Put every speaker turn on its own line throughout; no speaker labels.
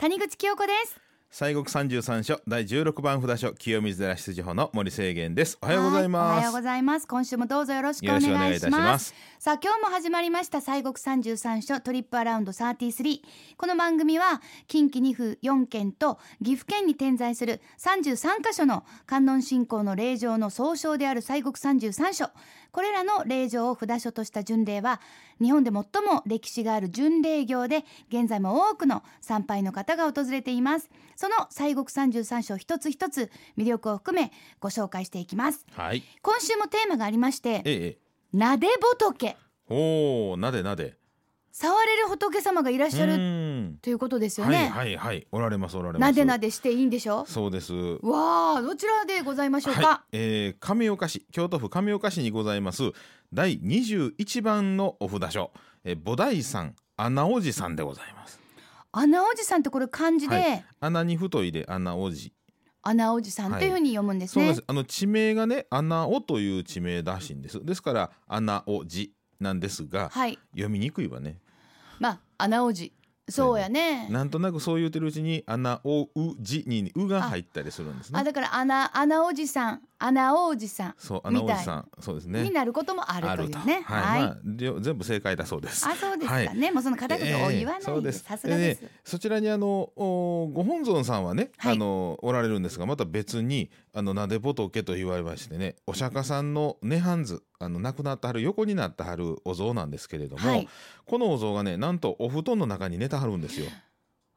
谷口清子です
西国三十三所第十六番札所清水寺出自法の森清源ですおはようござい
はお
ま
はよう
す
ございます今週もどうぞよろしくお願い
よろしくお願いい
したます
します
さあ今日も始まりました西国三十三所トリップアラウンド33この番組は近畿2府4県と岐阜県に点在する33カ所の観音信仰の霊場の総称である西国三十三所これらの霊場を札所とした巡礼は日本で最も歴史がある巡礼業で現在も多くの参拝の方が訪れていますその西国三十三所一つ一つ魅力を含めご紹介していきます
はい
今週もテーマがありまして
ええええ
なで仏
おおなでなで
触れる仏様がいらっ
う
しゃる
ーん
ということですよ
は
ね、
いはいはいおられますおられます
なでな
で
でしていいんでしょ
そうです
うわあどちらでございましょうか、
はい、えー、亀岡市京都府亀岡市にございます第21番のお札所、えー、菩提さん穴おじさんでございます
穴おじさんってこれ漢字で、
はい穴に太いで穴おじ
穴おじさんというふうに読むんです
そう
ね、
なんですあの地名がね穴おという地名らしいんですですから穴おじなんですが
はい
読みにくいわね
まあ穴おじそうやね
なんとなくそう言ってるうちに穴おうじにうが入ったりするんです
あ
ね
だから穴穴おじさん穴おじさん
そう
み
穴
たい
おじさんそうです
に
ね
なることもあるというね
はい、まありょ全部正解だそうです
あそうですか
は
ね、
い
もうその片言を言わ
ええ
な
そ
いうで
ですす
さすがです、
ええそちらにあのおご本尊さんはね、
はい
あのおられるんですがまた別にあのなで仏と言われましてねお釈迦さんの涅槃図あの亡くなったはる横になったはるお像なんですけれども、
はい
このお像がねなんとお布団の中に寝たはるんですよ。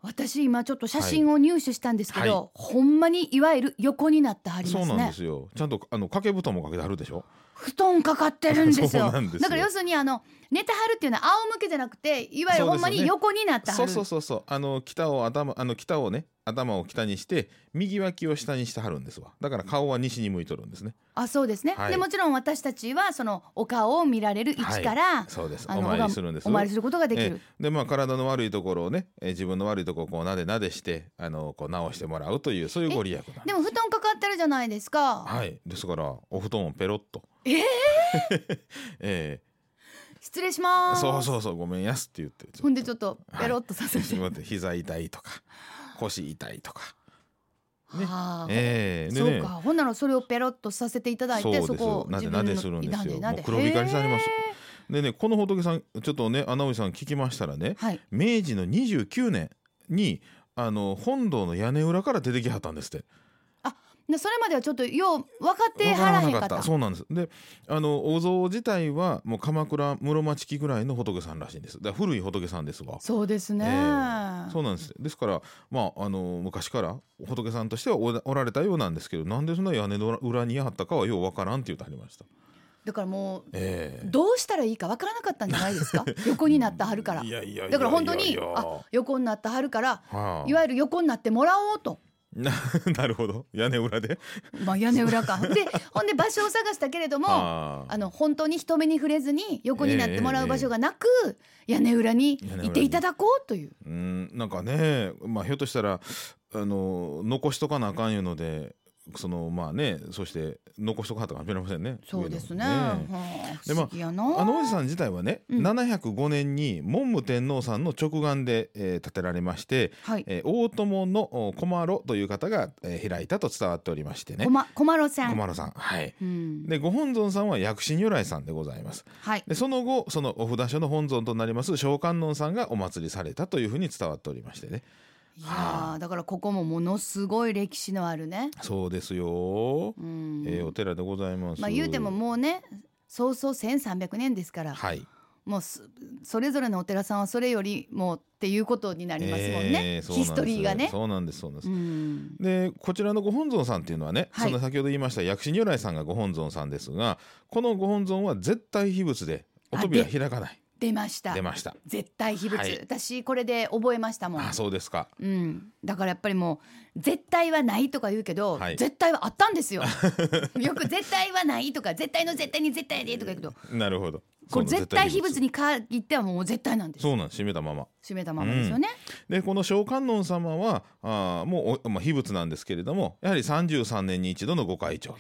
私今ちょっと写真を入手したんですけど、
は
ほんまにいわゆる横になってはり
そ
ま
う
す
なん
ね
ですよちゃんとあの掛け布団もかけてはるでしょ。
布団かかってるんですよ
そうなんですよ
だから要するにあの寝てはるっていうのは仰向けじゃなくていわゆるほんまに
そうですよね
横になっては
そ
る、
うそうそうそうあの北を頭あの北をね頭を北にして右脇を下にしてはるんですわだから顔は西に向いとるんですね。
あそうですね、
はい
でもちろん私たちはそのお顔を見られる位置から、
そうです
あの
お参りするんです
お参りすることができる
え、えでまあ体の悪いところをね、えー自分の悪いところをこうなでなでしてあのこう直してもらうというそういうご利益なんです
でも布団かかってるじゃないですか、
はいですからお布団をペロッと
ええ
え
失礼し
え
ます
そうそうそうごめんやすって言ってちょっと
ほんでちょっとペロッとさせて、
ちょっと待って膝痛いとか腰痛いとかね
はあ
ええで
そう
ね
かほんならそれをペロッとさせていただい
そう
て
で
そ
す
こを
な
自分
で
の
なでするんですよ
ななで
もう黒光りされます
へ
でねこの仏さんちょっとね穴内さん聞きましたらね
えはい
明治の29年にあの本堂の屋根裏から出てきはったんですって。
でそれまではちょっとよう分かって
わ
はらへん
な
かった
そうなんですであのお像自体はもう鎌倉室町期ぐらいの仏さんらしいんですだから古い仏さんですわ
そうですね、
ええそうなんですですからまああの昔から仏さんとしてはおらおられたようなんですけどなんでそんな屋根の裏にあったかはようわからんって言ってはりました
だからもう
ええ
どうしたらいいか分からなかったんじゃないです か横になったはるから
いやいやいやいや
だから本当に
いや
あ横になったはるから
はい
わゆる横になってもらおうと、
な なるほど屋根裏で
まあ、屋根裏かでほんで場所を探したけれどもあ
あー
の本当に人目に触れずに横になってもらう場所がなく、屋根裏にいていただこうという
うんなんかね、まあ、ひょっとしたらあの残しとかなあかんいうのでそのまあねそして残しとかはったかもしれませんね。
そうですね
上のね
はあ不
でまあ
思議やな、
あのおじさん自体はね、
うん
705年に文武天皇さんの直眼で、えー建てられまして、
はい、
えー大友のお小麻呂という方が、えー開いたと伝わっておりましてね
こま小丸
小
さん、
麻呂さん。はい
うん、
でご本尊さんは薬師如来さんでございます
はい
でその後そのお札所の本尊となります小観音さんがお祭りされたというふうに伝わっておりましてね
いやーだからここもものすごい歴史のあるね、
そうですよ。
うん
えーお寺でございます。
まあ言うてももうねそうそう1300年ですから、
はい。
もうすそれぞれのお寺さんはそれよりもっていうことになりますもんね、
えーそう
ヒ
なんです
ストリーがね。
そうなんですそうなんです。
うん
でこちらのご本尊さんっていうのはね、
はい
その先ほど言いました薬師如来さんがご本尊さんですがこのご本尊は絶対秘仏でお扉
あ
開かない
出ました
出ました
絶対秘仏、
はい
私これで覚えましたもん
あそうですか
うん、だからやっぱりもう絶対はないとか言うけど、
はい
絶対はあったんです よよく絶対はないとか絶対の絶対に絶対でとか言うけど
なるほど
これ
その
絶対秘仏に限ってはもう絶対なんです
そうなんです閉めたまま
閉めたままですよね、
でこの小観音様はあーもうお、まあ、秘仏なんですけれどもやはり33年に一度のご開帳と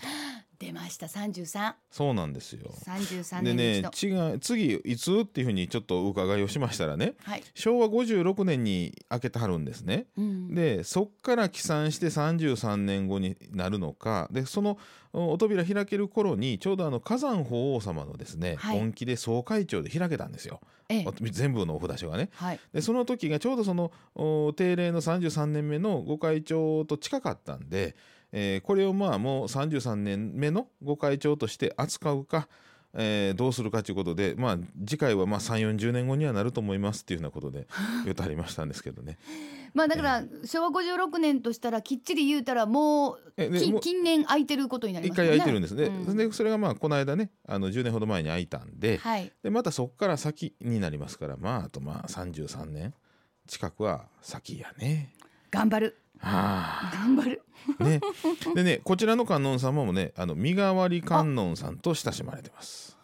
出ました三十三、
そうなんですよ。
三十三
で
年に一
ね
度。
違う次いつっていうふうにちょっとお伺いをしましたらね
はい。
昭和56年に開けてはるんですね。
うん。
でそっから起算して33年後になるのかでそのおお扉開ける頃にちょうどあの火山法王様のですね、
はい
本気で総会長で開けたんですよ
ええ
お全部のお札所がね。
はい。
でその時がちょうどそのお定例の33年目のご会長と近かったんで、えーこれをまあもう33年目のご会長として扱うか、えーどうするかということで、まあ、次回はまあ3 4 0年後にはなると思いますっていうふうなことで言ってありましたんですけどね。
まあだから昭和五十六年としたらきっちり言うたらもう
えで
近
もう
近年空いてることになり
一
ますよ
回
ね。
空いてるんですね、
うん
でそれがまあこの間ねあの10年ほど前に空いたんで,、
はい。
でまたそこから先になりますからまああとまあ33年近くは先やね。
頑張る。
はあ
頑張る。
ね、でねこちらの観音様もねあの身代わり観音さんと親しまれてます。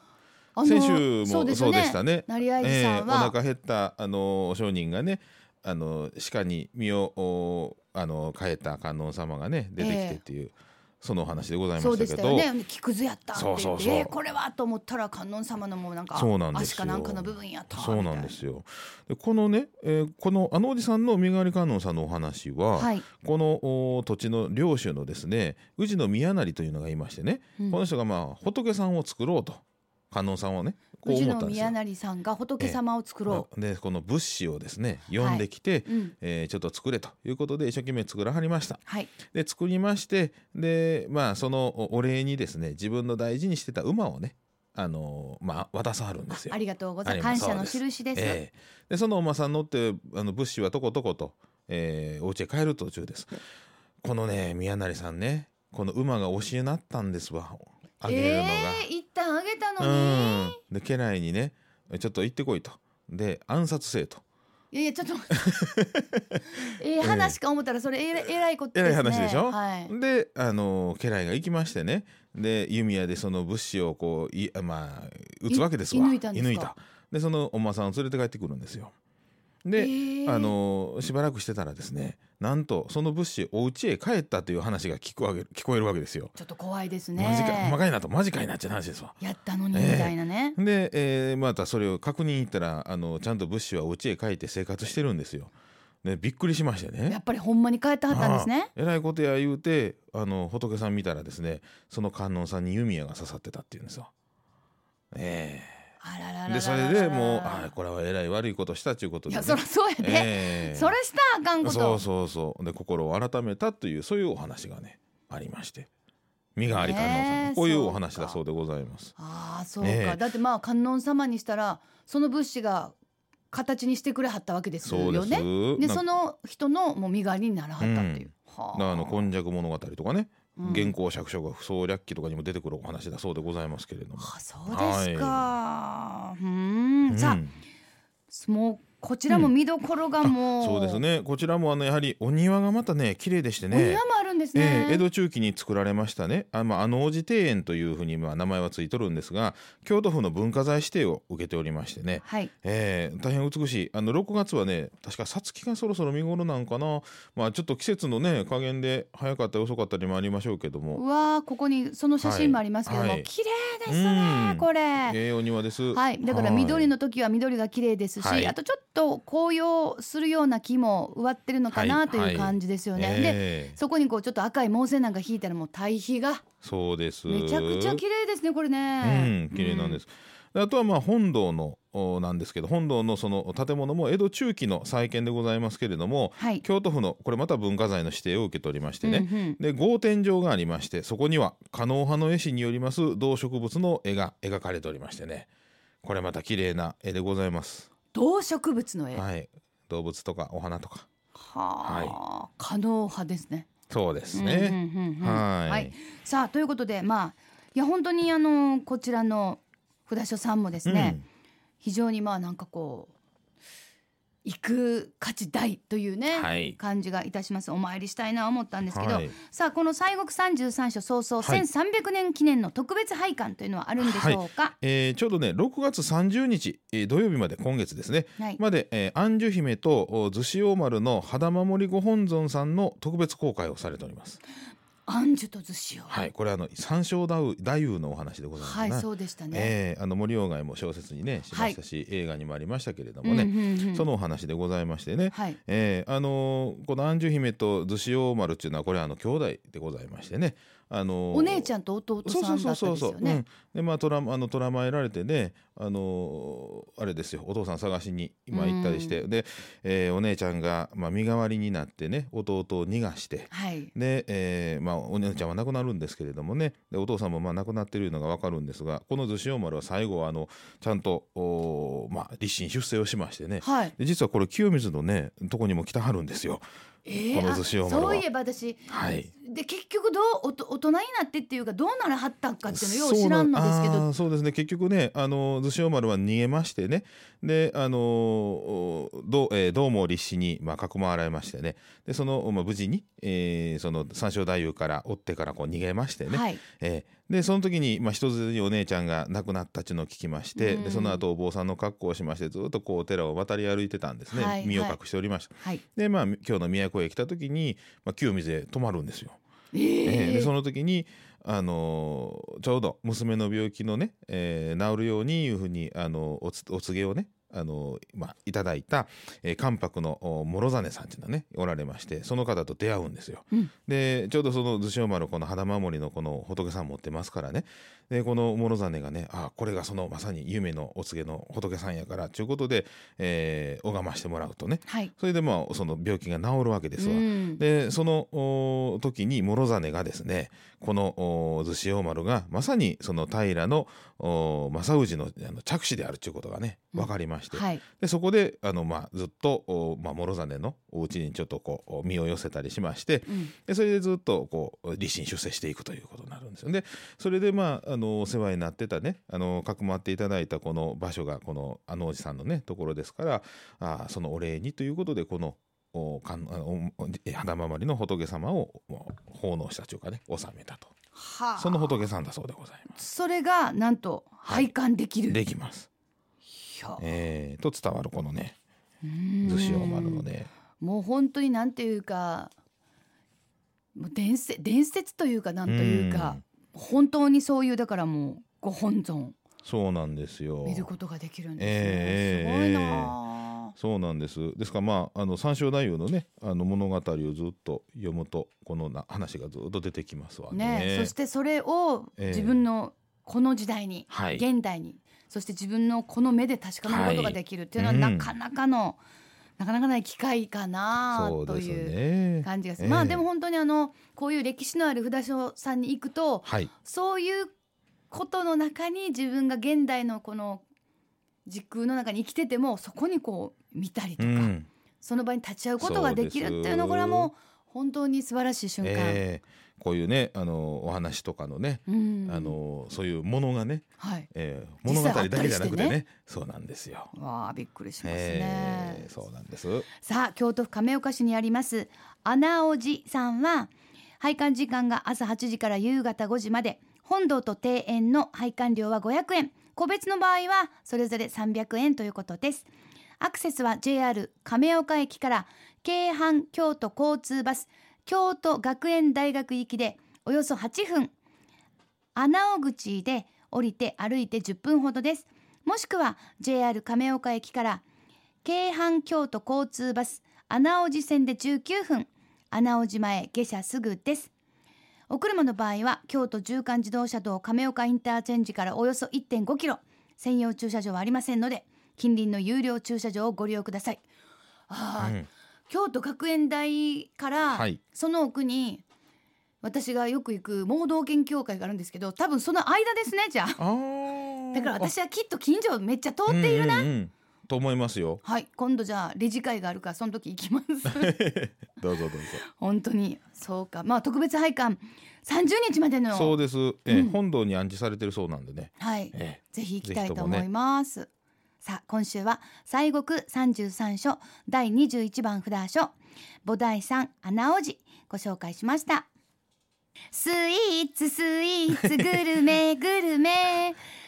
あの
先週もそうで
ですよね
したね。
成合
え
さ
え
ん
お
は、
腹減ったあの商人がねあの鹿に身をおあの変えた観音様がね出てきてっていう、そのお話でございま
そう
し
で
た
し
け
たよ
ど。
ね木くずやったって言って
そうそうそう
えーこれはと思ったら観音様のもうなんか
そうなんですよ
足かなんかの部分やったみたい
そうなんですよでこのね、えーこのあのおじさんの身代わり観音さんのお話は、
はい、
このお土地の領主のですね宇治の宮成というのがいましてね、
うん
この人がまあ仏さんを作ろうと観音さんをねこう
宇治
思った
の
んですよ
宮。成さんが仏様を作ろ
でこの物資をですね呼んできて、
う、うん
えーちょっと作れということで一生懸命作らはりました。
はい
で作りましてでまあそのおお礼にですね自分の大事にしてた馬をねあのーまあ渡さはるんですよ
あ。りがとうござい
あ
ま
り
す
が
感謝
とう
の
ございます
印です、
ええでそのお馬さん乗ってあの物資はとことこと、えー、お家へ帰る途中ですこのね宮成さんねこの馬が教えなったんですわあげるのが、
えー一旦あげたのに、
うんで家来にねちょっと行ってこいとで暗殺せえと
いやいやちょ っと待ってええ話か思ったらそれえらえらいことですね
えらい話でしょ
はい、
であの家来が行きましてねで弓矢でその物資をこういまあ撃つわけですわ
い射抜いたんですか
射抜いたでそのお馬さんを連れて帰ってくるんですよ
え
で、
ー
あのしばらくしてたらですねなんとその物資お家へ帰ったという話が聞くわけ聞こえるわけですよ。
ちょっと怖いです
マジか
ね
細かいなとマジかいなって話ですわ。
やったのにみたいなね、
で、えーまたそれを確認行ったらあのちゃんと物資はお家へ帰って生活してるんですよ。でびっくりしまして
や
ね
っ。ぱりほんまに帰ってはったんですね
ああえらいことや言うてあの仏さん見たらですねその観音さんに弓矢が刺さってたっていうんですよ。え
あららら
え
らら
でそれでもうあこれはえらい悪いことしたということ
い
で、
や
ね。
そらそうやで、
ええ
それしたらあかんこと
そうそうそうで心を改めたというそういうお話がねありまして身があり観音さん
ねえ
のこういう
そうか
お話だそうでございます。
ああそうか、
ええ
だってまあ観音様にしたらその物資が形にしてくれはったわけです
そうで
よ
す。
ね
なんか
その人のもう身代わりにならはったっていう、は
だからあの今昔物語とかね、
うん
原稿釈書が不相略記とかにも出てくるお話だそうでございますけれども。
あそうですか、うーん
うん
さあもうこちらも見どころがもう、
そうですね。こちらもあのやはりお庭がまたね綺麗でして
お
ね。
庭もあるんです
え
ね、
え江戸中期に作られましたねあ,、まあ、あの王子庭園というふうにまあ名前はついとるんですが京都府の文化財指定を受けておりましてね、
はい
えー大変美しいあの6月はね確かさつきがそろそろ見頃なんかな、まあ、ちょっと季節のね加減で早かったり遅かったりもありましょうけど
う
も
わーここにその写真もありますけども、
はいはい
綺麗ですね
うん
これ、
栄養庭です
はい、だから緑の時は緑が綺麗ですし、
はい
あとちょっと紅葉するような木も植わってるのか
は
ないという感じですよね。
はい
で
ええ
そこにこうちょっと赤い毛線なんか引いたらもう対比が
そうです
めちゃくちゃ綺麗ですねこれね。
うん、綺麗なんです。であとはまあ本堂のおなんですけど本堂のその建物も江戸中期の再建でございますけれども、
はい
京都府のこれまた文化財の指定を受けておりまして
うん。
ね、で合天井がありましてそこには狩野派の絵師によります動植物の絵が描かれておりましてねこれまた綺麗な絵でございます。
動植物の絵。は
はい動物とかお花とか
あ、可能派ですね。
そうですね。
うんうんうんうん
はい
はい。さあということでまあいや本当にあのこちらの札所さんもですね、
うん
非常にまあなんかこう行く価値大というね、
はい
感じがいたしますお参りしたいな思ったんですけど、
はい
さあこの西国三十三所早々、
はい
1300年記念の特別拝観というのはあるんでしょうか、
えーちょうどね6月30日、えー土曜日まで今月ですね
はい
まで、えー、安寿姫とお逗子王丸の肌守りご本尊さんの特別公開をされております。
安寿と図子を
はい、これあの三章太夫のお話でございます
はい
な
そうでしたね、
ええあの森鴎外も小説にねしましたし、映画にもありましたけれどもね、
うんうんうん
そのお話でございましてね、
はい
ええあのーこの安寿姫と逗子王丸っていうのはこれあの兄弟でございましてね、あの
お姉ち
ゃん
ゃんと弟
そ
さ
うそうん
だ
そう
ったで
そ
す
うそう、
よ
う
ね
ん、でまあとらあの捕らまえられてねあのーあれですよお父さん探しに今行ったりして、で、えーお姉ちゃんが、まあ、身代わりになってね弟を逃がして、
はい
で、えーまあ、お姉ちゃんは亡くなるんですけれどもねでお父さんもまあ亡くなってるのが分かるんですがこの逗子王丸は最後はあのちゃんとおー、まあ、立身出世をしましてね
はい
で実はこれ清水のねとこにも来たはるんですよ。
えー
この図子
あ
を丸は
そういえば私
はい
で結局どうおと大人になってっていうかどうならはったんかっていうのよう
そう
知らん
な
のですけ
あ
ど
ーそうですね結局ねあの逗子王丸は逃げましてねであのーおどう、えー、どうも立志に、まあ、囲まれましてねでその、まあ、無事に、えーその三正太夫から追ってからこう逃げましてね、
はい
えーでその時に、まあ、人づてにお姉ちゃんが亡くなったっていうのを聞きまして、
うん
でその後お坊さんの格好をしましてずっとこうお寺を渡り歩いてたんですね、
はい
身を
はい
隠しておりました。
はい
でまあ今日の都へ来た時に、まあ、清水へ泊まるんですよ。
え
ええ
ー
でその時に、あのーちょうど娘の病気のね、えー治るようにいうふうに、あのーおつお告げをね、あのーまあ、いただいた、えー、関白のお諸実さんっていうのはねおられましてその方と出会うんですよ。
うん
でちょうどその逗子丸この肌守りのこの仏さん持ってますからねでこの諸実がねあこれがそのまさに夢のお告げの仏さんやからということで、えー拝ましてもらうとね
はい
それでまあその病気が治るわけですわ。
うん
でそのお時に諸実がですねこのお逗子王丸がまさにその平のお正氏のあの着手であるということがね
うん
分かりまして、
はい
でそこであの、まあ、ずっとお、まあ、諸実のお家にちょっとこうお身を寄せたりしまして
うん
でそれでずっとこう立身出世していくということになるんですよ。でそれでまああのお世話になってたねあのかくまっていただいたこの場所がこのあのおじさんのねところですからあーそのお礼にということでこのおかんあのおえ肌守りの仏様をもう奉納したというかね納めたと
はあ
その仏さんだそうでございま
それがなんと
はい
拝観でき
す。
る
できます、
ひょ
えー、と伝わるこのね
うーん
逗子王丸のね
もう本当になんていうかもう伝説伝説というかなんというか
ん
本当にそういうだからもうご本尊
そうなんですよ。
見ることができるんですね、
ええ
すごいなあ、
そうなんです。ですからまああの三章太夫のねあの物語をずっと読むとこのな話がずっと出てきますわね。
ねえそしてそれを
ええ
自分のこの時代に、
はい
現代にそして自分のこの目で確かめることができるっていうのは
はい
なかなかの、なかなかない機会かな
そう
と
です
いう
ね。
感じがする、
ええ
まあでも本当にあのこういう歴史のある札所さんに行くと
はい。
そういうことの中に自分が現代のこの時空の中に生きててもそこにこう見たりと
う
か、
ん。
その場に立ち会うことができるっていうの
そうです
これはもう本当に素晴らしい瞬間。
ええこういうねあのお話とかのね、
うん、
あのそういうものがね、
はい。
ええ
実
物語
際
だけじゃなくてね
あったりして
そうなんですよ。
わあびっくりします
え
ね
え。そうなんです。
さあ京都府亀岡市にあります穴おじさんは拝観時間が朝8時から夕方5時まで本堂と庭園の拝観料は500円個別の場合はそれぞれ300円ということですアクセスは JR 亀岡駅から京阪京都交通バス京都学園大学行きでおよそ8分穴尾口で降りて歩いて10分ほどですもしくは JR 亀岡駅から京阪京都交通バス穴尾寺線で19分穴尾寺前下車すぐですお車の場合は京都縦貫自動車道亀岡インターチェンジからおよそ1.5キロ専用駐車場はありませんので近隣の有料駐車場をご利用くださいあー、
うん
京都学園大から、
はい
その奥に私がよく行く盲導犬協会があるんですけど多分その間ですねじゃあ
ああ。
だから私はきっと近所めっちゃ通
あ
っているな、
うんうんうんと思いますよ。
はい今度じゃあレジ会があるからその時行き ます
どうぞどうぞ。
本当にそうかまあ特別拝観30日までの
そうです。ええ
うん
本堂に暗示されてるそうなんでね。
はい
え
ぜひ行きたい
ぜ
と
ひとも
思
ね
います。さあ今週は西国三十三所第二十一番札所菩提山穴おじご紹介しました。スイーツス イーツグルメグルメ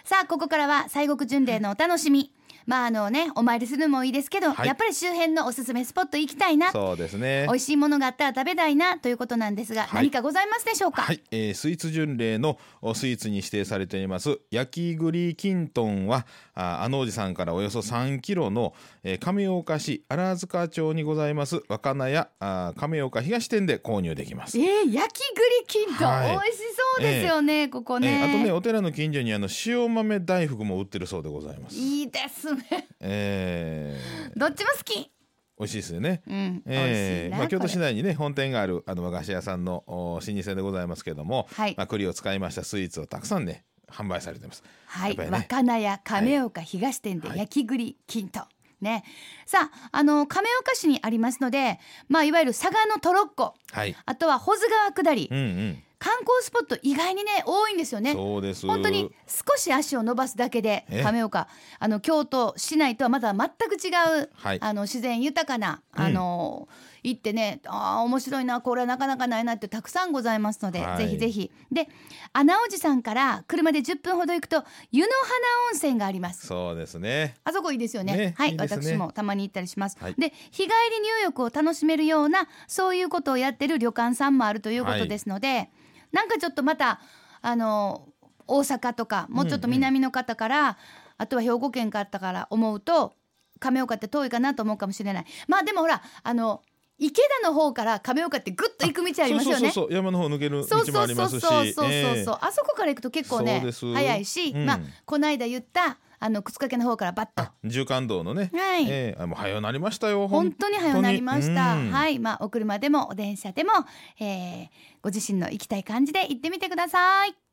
さあここからは西国巡礼のお楽しみまああのねお参りするのもいいですけど、
はい
やっぱり周辺のおすすめスポット行きたいな
そうですね
美味しいものがあったら食べたいなということなんですが、
は
何
い
かございますでしょうか、
はい、えースイーツ巡礼のおスイーツに指定されています焼き栗きんとんはああのおじさんからおよそ3キロの、えー亀岡市荒塚町にございます若菜屋あー亀岡東店で購入できます。
えー、焼き栗きんとん、
はい
美味しそうですよね、ここね,、
えーあとねお寺の近所にあの塩豆大福も売ってるそうでございます。
いいですね
えー、
どっちも好き
美味しいですよね。
うん、美味し
え
い
ー
な、
まあ、京都市
これ
内にね本店があるあの和菓子屋さんのお老舗でございますけども、
はい
まあ、栗を使いましたスイーツをたくさんね販売されてます。
はい、
やっぱりね
若菜屋亀岡東店で
はい
焼き栗きんとん、ねさああの亀岡市にありますのでまあいわゆる佐賀のトロッコ
はい、
あとは保津川下り、
うんうん
観光スポット意外にね多いんですよね
そうです。
本当に少し足を伸ばすだけで
え
亀岡あの京都市内とはまだ全く違う、
はい
あの自然豊かな、
うん
あの行ってねあー面白いなこれはなかなかないなってたくさんございますので、
はい
ぜひぜひで穴おじさんから車で10分ほど行くと湯の花温泉があります
そうですね。
あそこいいですよね。
ね
はい
いいですね
私もたまに行ったりします。
はい
で、日帰り入浴を楽しめるような、そういうことをやってる旅館さんもあるということですので。なんかちょっとまた、あの、大阪とか、もうちょっと南の方から、あとは兵庫県方から思うと。亀岡って遠いかなと思うかもしれない。まあ、でもほら、あの、池田の方から亀岡ってぐっと行く道ありますよね。
そうそうそうそう山の方抜ける
そう
道も
そ
あ
う
り
そ
ま
う
すし、
そうそうそう、
ええ
あそこから行くと結構
そう
ね
です
早いし、
うん
まあこの間言ったあの靴掛けの方からバッと
あ縦貫道のね、
はい
ええあもう早うなりましたよ。。
本当に早くなりました。はいい、まあお車でもお電車でも、えーご自身の行きたい感じで行ってみてください。